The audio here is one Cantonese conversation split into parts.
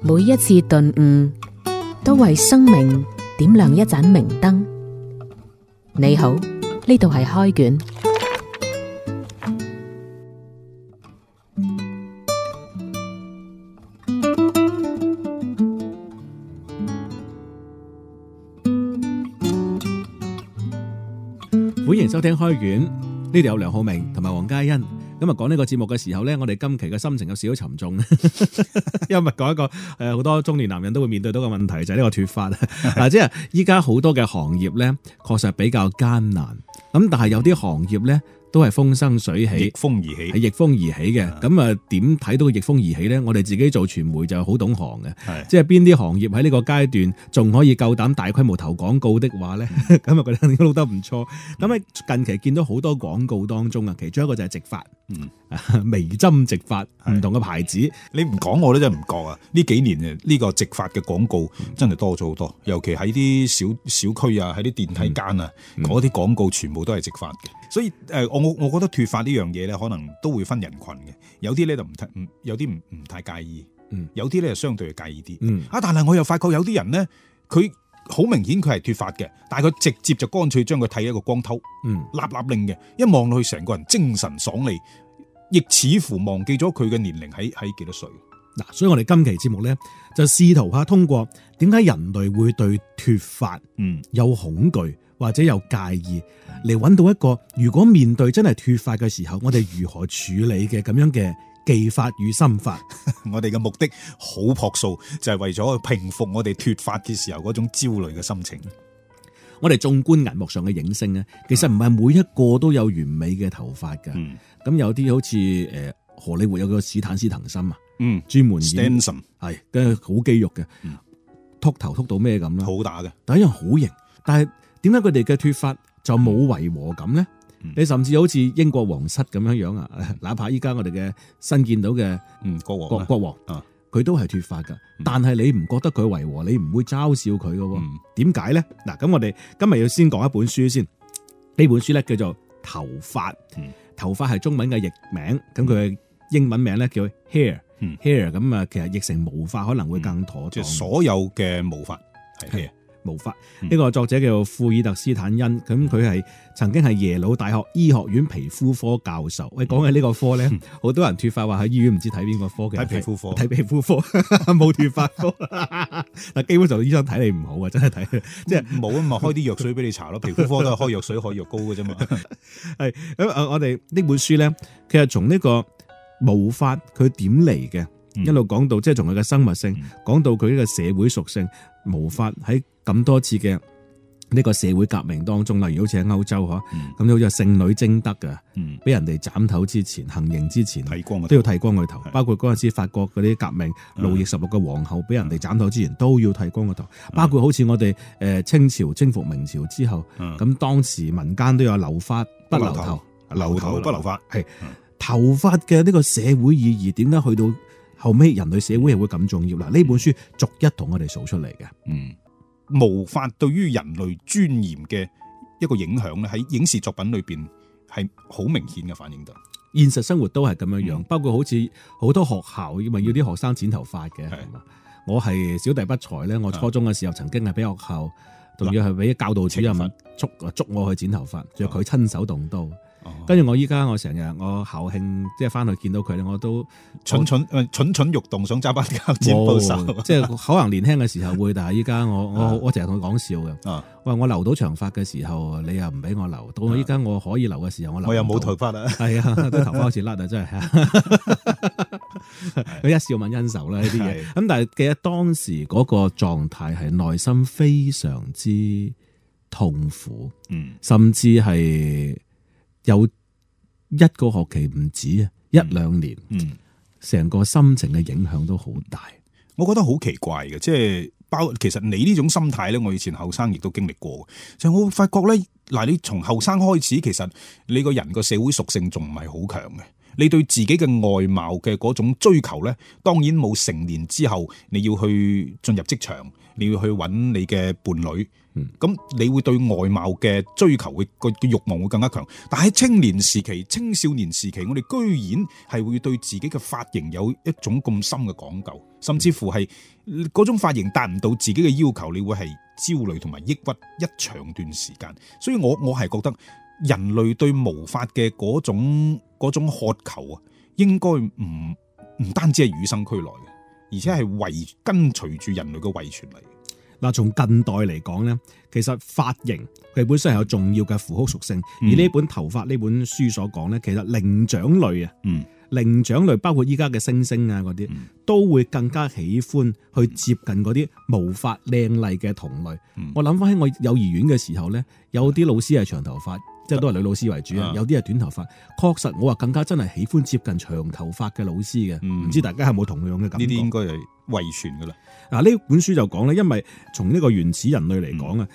每一次頓悟，都為生命點亮一盞明燈。你好，呢度係開卷。歡迎收聽開卷，呢度有梁浩明同埋黃嘉欣。咁啊，講呢個節目嘅時候呢，我哋今期嘅心情有少少沉重， 因為講一個誒好多中年男人都會面對到嘅問題就係呢個脫髮啊，即係依家好多嘅行業呢，確實比較艱難。咁但係有啲行業呢，都係風生水逆起。風而起係，逆風而起嘅，啊咁啊點睇到逆風而起呢？我哋自己做傳媒就好懂行嘅，係即係邊啲行業喺呢個階段仲可以夠膽大規模投廣告的話呢？ 咁啊覺得撈得唔錯。咁喺近期見到好多廣告當中啊，其中一個就係直髮，嗯 微針直髮，係唔同嘅牌子，你唔講我都真係唔覺啊！呢幾年誒呢個直髮嘅廣告真係多咗好多，尤其喺啲小小區啊，喺啲電梯間啊，嗯嗰啲廣告全部都係直髮嘅。所以誒，我我我覺得脱髮呢樣嘢咧，可能都會分人群嘅。有啲咧就唔太唔，有啲唔唔太介意嗯，有啲咧就相對介意啲。嗯，啊，但係我又發覺有啲人咧，佢好明顯佢係脱髮嘅，但係佢直接就乾脆將佢剃一個光頭。嗯，立立令嘅，一望落去成個人精神爽利，亦似乎忘記咗佢嘅年齡喺喺幾多歲。嗱，所以我哋今期節目呢，就試圖下通過點解人類會對脱髮嗯，有恐懼或者有介意，嚟揾到一個如果面對真係脱髮嘅時候，我哋如何處理嘅咁樣嘅技法與心法。 我哋嘅目的好樸素，就係、為咗平復我哋脱髮嘅時候嗰種焦慮嘅心情。我哋縱觀銀幕上嘅影星咧，其實唔係每一個都有完美嘅頭髮㗎。咁、啊嗯有啲好似誒荷里活有個史坦斯滕森啊，嗯專門演，Stanson 係跟住好肌肉嘅嗯，秃頭秃到咩咁啦。好打嘅，第一樣好型，但係點解佢哋嘅脱髮就冇違和感咧？嗯你甚至好似英國皇室咁樣樣啊， 哪怕依家我哋嘅新見到嘅嗯，國王國啊國王啊，佢都係脱髮㗎，嗯但係你唔覺得佢違和，你唔會嘲笑佢嘅喎。嗯點解呢？嗱，咁我哋今日要先講一本書先。呢本書咧叫做《頭髮》，嗯頭髮係中文嘅譯名，咁佢嘅英文名咧叫 hair，hair 嗯咁啊，其實譯成毛髮可能會更妥即當。係所有嘅毛髮係啊毛髮嗯呢個作者叫庫爾特斯坦恩，咁佢係曾經係耶魯大學醫學院皮膚科教授。喂，講起呢個科咧，好多人脱髮話喺醫院唔知睇邊個科嘅，嗯睇皮膚科睇皮膚科 冇脱髮科。但基本上醫生睇你唔好啊，真係睇。即即係冇啊嘛，開啲藥水俾你搽咯，皮膚科都係開藥水、開藥膏嘅啫嘛。咁啊，我哋呢本書咧，其實從呢個毛髮佢點嚟嘅，嗯一路講到即係從佢嘅生物性嗯，講到佢呢個社會屬性，毛髮喺咁多次嘅呢個社會革命當中，例如好似喺歐洲嗬，嗯咁好似係聖女貞德嘅，嗯，俾人哋斬頭之前、行刑之前。剃光啊都嘅要剃光個頭，係包括嗰陣時法國嗰啲革命，嗯路易十六嘅皇后俾人哋斬頭之前都要剃光個頭，包括好似我哋誒清朝征服明朝之後，咁咁當時民間都有留髮不留頭，嗯留頭不留髮，係頭髮嘅呢個社會意義，點解去到後尾人類社會係會咁重要？嗱，呢本書逐一同我哋數出嚟嘅。嗯，毛髮對於人類尊嚴嘅一個影響咧，喺影視作品裏邊係好明顯嘅反映到。現實生活都係咁樣樣，嗯包括好似好多學校咪要啲學生剪頭髮嘅，係係嘛？我係小弟不才咧，我初中嘅時候曾經係俾學校，仲要係俾教導主任懲罰捉捉我去剪頭髮，仲要佢親手動刀。跟跟住住我依家我成日我校慶即係翻去見到佢咧，我都蠢蠢誒蠢蠢欲動，想揸把鉸剪冇，報仇。即係可能年輕嘅時候會，但係依家我啊我我成日同佢講笑嘅，啊！喂，我留到長髮嘅時候，你又唔俾我留，到我依家我可以留嘅時候，我留我又唔冇到頭髮啦。系啊，啲頭髮開始甩啊，真 係。佢一笑泯恩仇啦呢啲嘢。係咁但係記得當時嗰個狀態係內心非常之痛苦，嗯甚至係有一個學期唔止啊，一兩年，嗯，成個心情嘅影響都好大。我覺得好奇怪嘅，即係包其實你呢種心態咧，我以前後生亦都經歷過。就我發覺咧，嗱，你從後生開始，其實你個人個社會屬性仲唔係好強嘅。你對自己嘅外貌嘅嗰種追求咧，當然冇成年之後你要去進入職場，你要去揾你嘅伴侶嗯。咁你會對外貌嘅追求會個個慾望會更加強，但喺青年時期、青少年時期，我哋居然係會對自己嘅髮型有一種咁深嘅講究，甚至乎係嗰種髮型達唔到自己嘅要求，你會係焦慮同埋抑鬱一長段時間。所以我我係覺得人類對毛髮嘅嗰種嗰種渴求啊，應該唔唔單止係與生俱來嘅，而且係遺跟隨住人類嘅遺傳嚟嘅。嗱，從近代嚟講咧，其實髮型佢本身係有重要嘅符號屬性，嗯而呢本頭髮呢本書所講咧，其實靈長類啊，嗯靈長類包括依家嘅猩猩啊嗰啲嗯，都會更加喜歡去接近嗰啲毛髮靚麗嘅同類。嗯我諗翻起我幼兒園嘅時候咧，有啲老師係長頭髮，即係都係女老師為主啊啊，有啲係短頭髮。確實我話更加真係喜歡接近長頭髮嘅老師嘅，唔、嗯知大家有冇同樣嘅感呢啲覺應？該係遺傳噶啦。嗱啊呢本書就講咧，因為從呢個原始人類嚟講啊，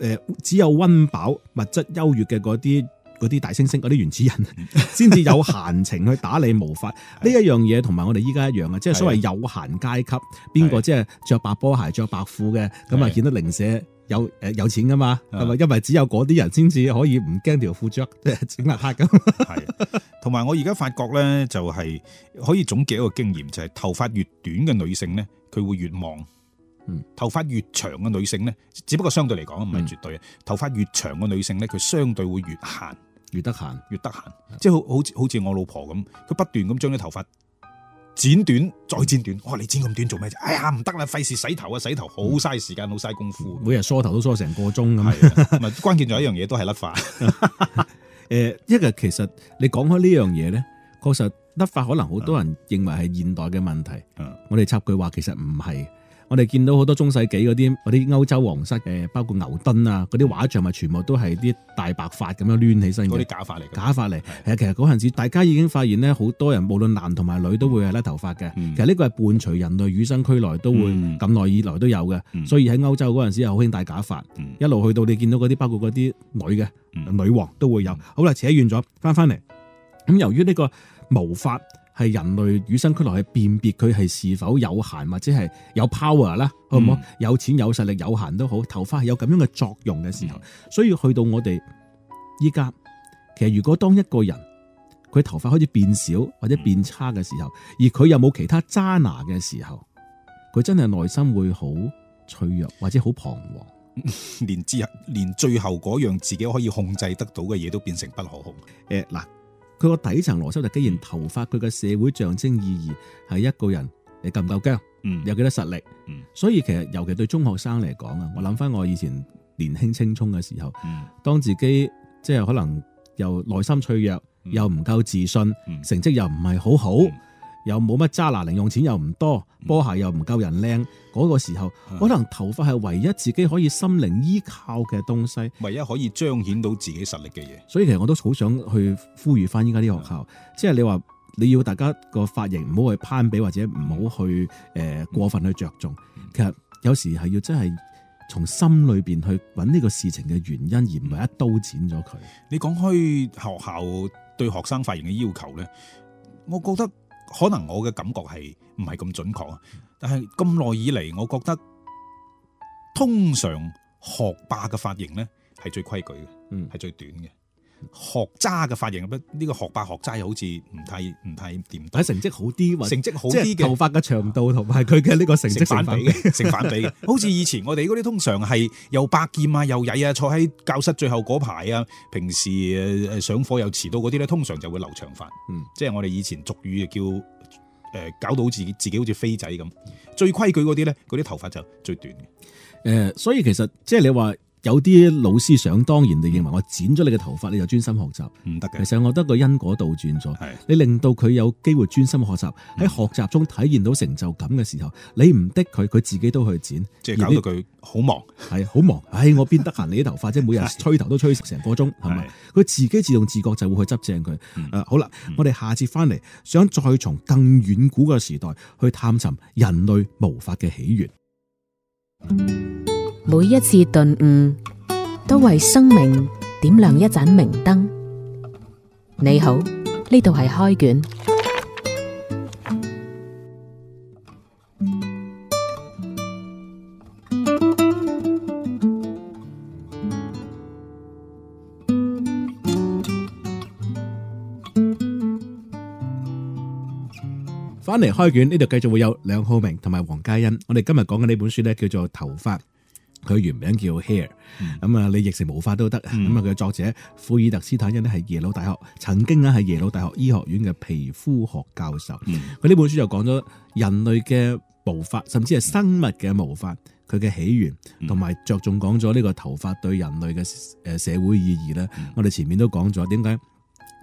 誒、只有温飽、物質優越嘅嗰啲嗰啲大猩猩、嗰啲原始人， 先至有閒情去打理毛 髮。呢一樣嘢同埋我哋依家一樣啊，即係所謂有閒階級，邊個即係着白波鞋、着白褲嘅，咁啊係顯得零舍。有誒有錢噶嘛，啊係咪？因為只有嗰啲人先至可以唔驚條褲着 即係整邋遢咁。啊係，同埋我而家發覺咧，就係、可以總結一個經驗，就係、頭髮越短嘅女性咧，佢會越忙。嗯，頭髮越長嘅女性咧，只不過相對嚟講唔係絕對嘅。頭髮越長嘅女性咧，佢相對會越閒。越得閒，越得閒，即係好好似好似我老婆咁，佢不斷咁將啲頭髮剪短再剪短。我話你剪咁短做咩啫？哎呀唔得啦，費事洗頭啊！洗頭好嗯嘥時間，好嘥功夫。每日梳頭都梳成個鐘咁。係啊，咪關鍵仲有一樣嘢都係甩髮。誒，呃一個其實你講開呢樣嘢咧，確實甩髮可能好多人認為係現代嘅問題。嗯我哋插句話，其實唔係。我哋見到好多中世紀嗰啲嗰啲歐洲皇室誒，包括牛頓啊嗰啲畫像，咪全部都係啲大白髮咁樣攣起身嗰嘅啲假髮嚟㗎。嗯假髮嚟。誒，其實嗰陣時大家已經發現咧，好多人無論男同埋女都會係甩頭髮嘅。嗯其實呢個係伴隨人類與生俱來都會嗯咁耐以來都有嘅。嗯所以喺歐洲嗰陣時係好興戴假髮，嗯一路去到你見到嗰啲包括嗰啲女嘅。嗯女王都會有。好啦，扯遠咗，翻翻嚟。咁由於呢個毛髮係人類與生俱來去辨別佢係是否有閒或者係有 power 啦，好唔好？嗯有錢有實力有閒都好，頭髮係有咁樣嘅作用嘅時候，嗯所以去到我哋依家，其實如果當一個人佢頭髮開始變少或嗯者變差嘅時候，而佢又冇其他渣拿嘅時候，佢真係內心會好脆弱或者好彷徨。連之後連最後嗰樣自己可以控制得到嘅嘢都變成不可控。誒嗱，佢個底層邏輯就既然頭髮佢嘅社會象徵意義係一個人你夠唔夠姜，嗯有幾多實力，嗯所以其實尤其對中學生嚟講啊，我諗翻我以前年輕青葱嘅時候，嗯當自己即係可能又內心脆弱，嗯又唔夠自信，嗯成績又唔係好好。嗯又冇乜渣拿，零用錢又唔多，波鞋又唔夠人靚，嗰、個時候嗯可能頭髮係唯一自己可以心靈依靠嘅東西。唯一可以彰顯到自己實力嘅嘢。所以其實我都好想去呼籲翻依家啲學校，嗯即係你話你要大家個髮型唔好去攀比或者唔好去誒、嗯呃、過分去着重。其實有時係要真係從心裏邊去揾呢個事情嘅原因，而唔係一刀剪咗佢。你講開學校對學生髮型嘅要求呢，我覺得可能我嘅感覺係唔係咁準確啊。但係咁耐以嚟，我覺得通常學霸嘅髮型呢係最規矩嘅，嗯係最短嘅。學渣嘅髮型呢、呢個學霸學渣又好似唔太唔太掂得睇，成績好啲或者成績好即啲係頭嘅。髮嘅長度同埋佢嘅呢個成績成成反反比比。嘅， 成反比嘅，好似以前我哋嗰啲通常係又百劍啊，又曳啊，坐喺教室最後嗰排啊，平時誒誒上課又遲到嗰啲咧，通常就會留長髮。嗯，即係我哋以前俗語就叫誒、呃搞到好似自己好似飛仔咁。最規矩嗰啲咧，嗰啲頭髮就最短嘅。誒、呃所以其實即係你話有啲老師想當然地認嗯為我剪咗你嘅頭髮，你就專心學習。唔得其，實我覺得個因果倒轉咗。係你令到佢有機會專心學習，喺嗯學習中體現到成就感嘅時候，你唔逼佢，佢自己都去剪，即係搞到佢好忙，係好忙。唉，我邊得閒理啲頭髮啫？每日係吹頭都吹成個鐘，係咪係？佢自己自動自覺就會去執正佢。誒、啊嗯好啦，我哋下次翻嚟，想再從更遠古嘅時代去探尋人類毛髮嘅起源。每一次頓悟，都為生命點亮一盞明燈。你好，呢度係開卷。翻嚟開卷呢度繼續會有梁浩明同埋黃嘉欣。我哋今日講嘅呢本書咧叫做《頭髮》，佢原名叫 Hair，嗯咁啊、你譯成毛髮都得。咁啊、嗯佢嘅作者庫爾特斯坦因咧係耶魯大學，曾經啊係耶魯大學醫學院嘅皮膚學教授。嗯佢呢本書就講咗人類嘅毛髮，甚至係生物嘅毛髮，佢嘅起源，嗯同埋着重講咗呢個頭髮對人類嘅誒社會意義咧。嗯我哋前面都講咗點解。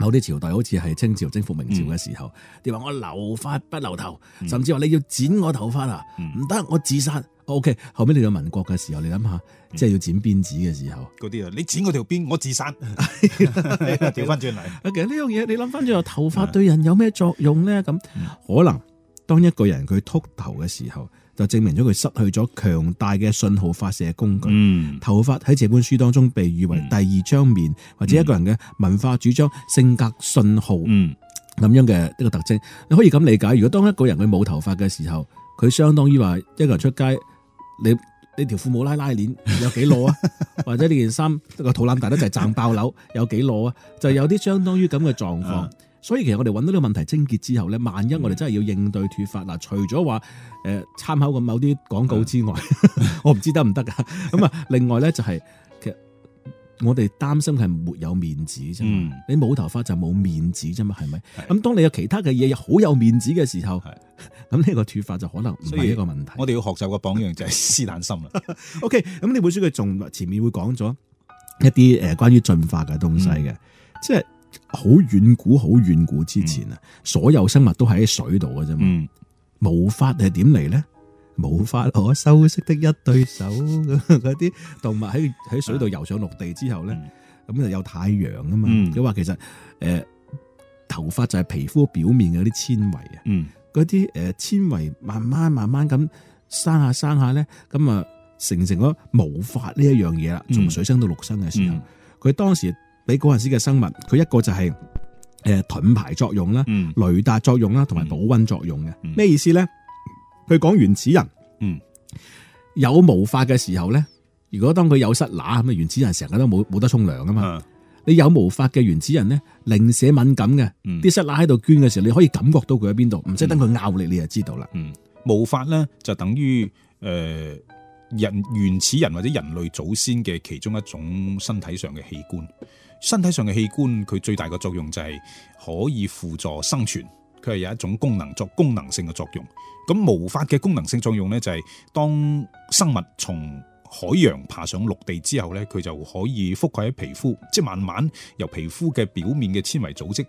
某啲朝代好似係清朝征服明朝嘅時候，你話我留髮不留頭，嗯甚至話你要剪我頭髮啊，嗯唔得，我自殺。O.K. 後尾你到民國嘅時候，你諗下，嗯即係要剪辮子嘅時候，嗰啲啊，你剪我條邊，我自 殺，調翻轉嚟，啊，其實呢樣嘢你諗翻轉頭，頭髮對人有咩作用咧？咁啊可能當一個人佢禿頭嘅時候，就證明咗佢失去咗強大嘅信號發射工具。嗯頭髮喺這本書當中被譽為嗯第二張面，或者一個人嘅文化主張、性格信號咁嗯樣嘅一個特徵。你可以咁理解，如果當一個人佢冇頭髮嘅時候，佢相當於話一個人出街，你你條褲冇拉拉鏈，有幾裸啊？或者呢件衫個肚腩大得就係掙爆樓，有幾裸啊？就有啲相當於咁嘅狀況嗯。所以其實我哋揾到呢個問題症結之後咧，萬一我哋真係要應對脱髮嗱，除咗話誒參考過某啲廣告之外，我唔知得唔得噶。咁啊，另外咧就係、其實我哋擔心係沒有面子啫嘛。嗯，你冇頭髮就冇面子啫嘛，係咪？係咁當你有其他嘅嘢好有面子嘅時候係，咁呢個脱髮就可能唔所以係一個問 題。我哋要學習嘅榜樣就係斯坦心啦， O K，咁呢本書佢仲前面會講咗一啲誒關於進化嘅東西嗯嘅，即係好遠古、好遠古之前啊，所有生物都係喺水度嘅啫嘛。嗯毛髮係點嚟咧？無法可修飾的一對手， 嗰啲動物喺喺水度游上陸地之後咧，咁就有太陽啊嘛。嗯佢話其實誒頭髮就係皮膚表面嘅嗰啲纖維啊。嗯嗰啲誒纖維慢慢慢慢咁生下生下咧，咁啊形成咗毛髮呢一樣嘢啦。嗯從水生到陸生嘅時候嗯，佢、當時俾嗰陣時嘅生物，佢一個就係誒盾牌作用啦、嗯雷達作用啦，同埋嗯保温作用嘅。嗯咩、意思咧？佢講原始人嗯有毛髮嘅時候咧，如果當佢有虱乸咁啊，原始人成日都冇冇得沖涼啊嘛。啊你有毛髮嘅原始人咧，零舍敏感嘅，嗯啲虱乸喺度捐嘅時候，你可以感覺到佢喺邊度，唔使等佢咬你，你就知道啦。嗯，毛髮咧就等於诶人原始人或者人類祖先嘅其中一種身體上嘅器官。身體上嘅器官佢最大嘅作用就係可以輔助生存，佢係有一種功能作功能性嘅作用。咁毛髮嘅功能性作用咧就係、當生物從海洋爬上陸地之後咧，佢就可以覆蓋喺皮膚，即係慢慢由皮膚嘅表面嘅纖維組織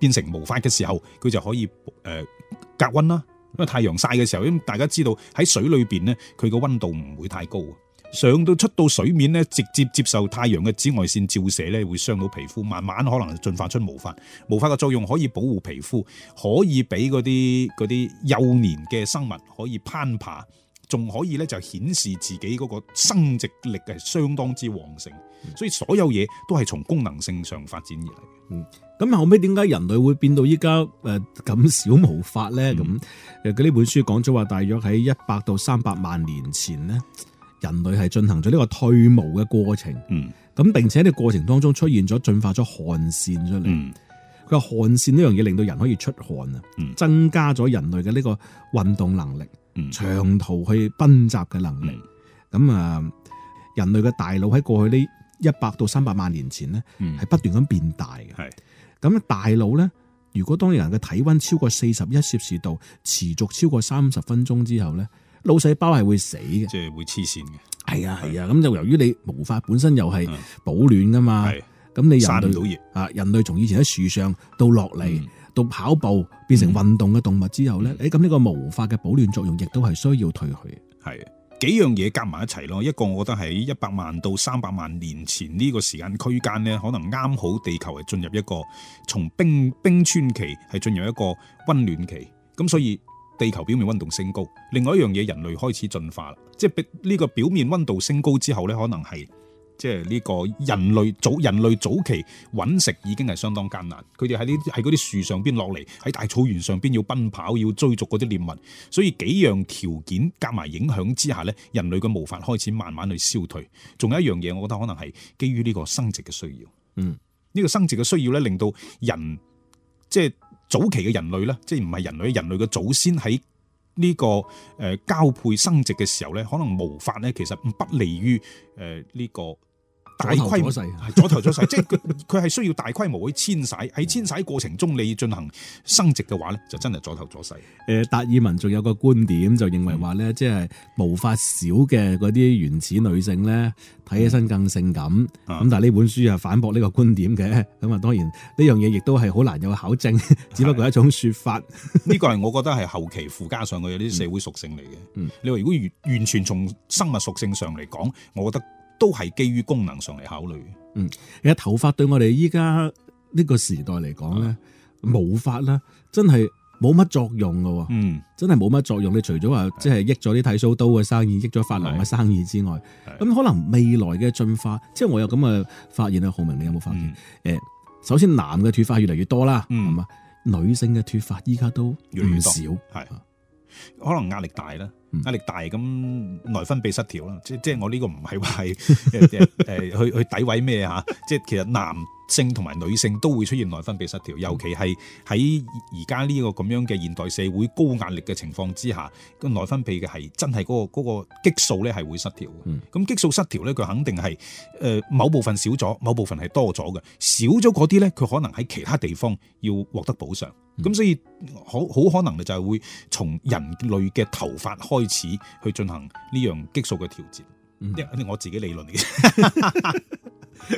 變成毛髮嘅時候，佢就可以誒、呃隔温啦。因為太陽曬嘅時候，因為大家知道喺水裏邊咧，佢個温度唔會太高啊。上到出到水面咧，直接接受太陽嘅紫外線照射咧，會傷到皮膚，慢慢可能進化出毛髮。毛髮嘅作用可以保護皮膚，可以俾嗰啲嗰啲幼年嘅生物可以攀爬，仲可以咧就顯示自己嗰個生殖力係相當之旺盛。所以所有嘢都係從功能性上發展而嚟。咁後尾點解人類會變到依家誒咁少毛髮咧？嗯咁誒佢呢本書講咗話，大約喺一百到三百萬年前咧，人類係進行咗呢個退毛嘅過程。嗯咁並且呢個過程當中出現咗進化咗汗腺出嚟。嗯佢話汗腺呢樣嘢令到人可以出汗啊，嗯增加咗人類嘅呢個運動能力、嗯長途去奔襲嘅能力。咁啊、人類嘅大腦喺過去呢一百到三百萬年前咧，嗯係不斷咁變大嘅。係咁大腦咧，如果當人嘅體温超過四十一攝氏度，持續超過三十分鐘之後咧，腦細胞係會死嘅。即係會黐線嘅，係啊係啊，咁就由於你毛髮本身又係嗯保暖噶嘛，係咁你人散唔到類熱。啊，人類從以前喺樹上到落嚟。嗯到跑步變成運動嘅動物之後咧，誒咁呢個毛髮嘅保暖作用亦都係需要退去。係幾樣嘢夾埋一齊咯。一個我覺得喺一百萬到三百萬年前呢個時間區間呢，可能啱好地球係進入一個從冰冰川期係進入一個温暖期，咁所以。地球表面温度升高，另外一樣嘢人類開始進化啦，即係呢個表面温度升高之後呢，可能係即係呢個人類早人類早期揾食已經係相當艱難，佢哋喺呢喺嗰啲樹上邊落嚟，喺大草原上邊要奔跑，要追逐嗰啲獵物，所以幾樣條件夾埋影響之下呢，人類嘅毛髮開始慢慢去消退。仲有一樣嘢，我覺得可能係基於呢個生殖嘅需要。嗯，呢個生殖嘅需要呢，令到人即係早期嘅人類呢，即係唔係人類，人類嘅祖先喺呢個誒交配生殖嘅時候呢，可能毛髮呢，其實不利於誒呢個大左頭規模左勢係左頭左勢，即係佢佢係需要大規模去遷徙，喺遷徙過程中你進行生殖嘅話呢，就真係左頭左勢。誒達爾文仲有個觀點，就認為話咧，即係毛髮少嘅嗰啲原始女性咧，睇起身更性感。咁、啊但係呢本嗯書啊反駁呢個觀點嘅。咁啊，當然呢樣嘢亦都係好難有考 證，只不過係一種説法。呢個係我覺得係後期附加上去嘅啲社會屬性嚟嘅。嗯你話如果完完全從生物屬性上嚟講，我覺得都係基於功能上嚟考慮。其實頭髮對我哋依家呢個時代嚟講咧，毛髮咧真係冇乜作用嘅喎。嗯，真係冇乜作用。你除咗話即係益咗啲剃鬚刀嘅生意，益咗髮廊嘅生意之外，係咁可能未來嘅進化，即係我有咁嘅發現啊，浩明，你有冇發現？首先男嘅脱髮越嚟越多啦，嗯係嘛、女性嘅脱髮依家都越嚟越唔多少，係可能壓力大啦嗯，壓力大咁內分泌失調啦。即即係我呢個唔 係話係誒誒去去詆毀咩嚇，即係其實男性同埋女性都會出現內分泌失嗯調，尤其係喺而家呢個咁樣嘅現代社會高壓力嘅情況之下，個內分泌嘅係真係嗰、個嗰、個激素咧係會失調嘅。嗯咁、激素失調咧，佢肯定係誒、呃某部分少咗，某部分係多咗嘅。少咗嗰啲咧，佢可能喺其他地方要獲得補償。嗯咁、所以好好可能就係會從人類嘅頭髮開始去進行呢樣激素嘅調節。嗯因為我自己理論 嚟嘅。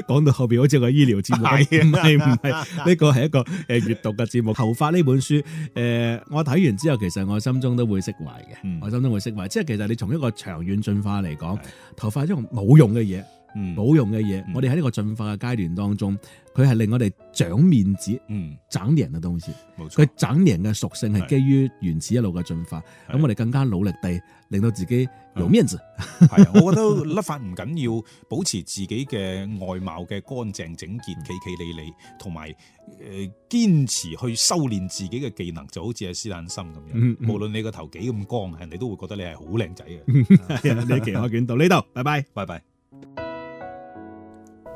講到後邊好似個醫療節目咁，係 啊唔係唔係，呢個係一個誒閱讀嘅節目。頭髮呢本書，誒、我睇完之後，其實我心中都會釋懷嘅，嗯我心中會釋懷。即係其實你從一個長遠進化嚟講係，頭髮係一種冇用嘅嘢。嗯冇用嘅嘢嗯，我哋喺呢個進化嘅階段當中，佢係令我哋長面子、嗯，長年嘅東西。冇錯佢。長年嘅屬性係係基於原始一路嘅進化，係咁我哋更加努力地令到自己有面子。係啊，我覺得甩髮唔緊要，保持自己嘅外貌嘅乾淨整嗯潔、企企理理，同埋誒堅持去修練自己嘅技能，就好似係斯坦森咁樣。嗯嗯無論你個頭幾咁光，人哋都會覺得你係好靚仔嘅。係啊 呢期開卷到呢度，拜拜。拜拜。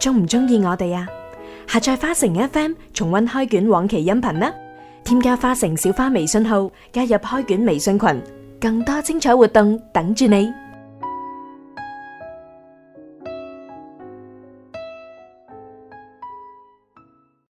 中唔中意我哋啊？下載花城 FM 重温開卷往期音頻啦！添加花城小花微信號，加入開卷微信群，更多精彩活動等住你。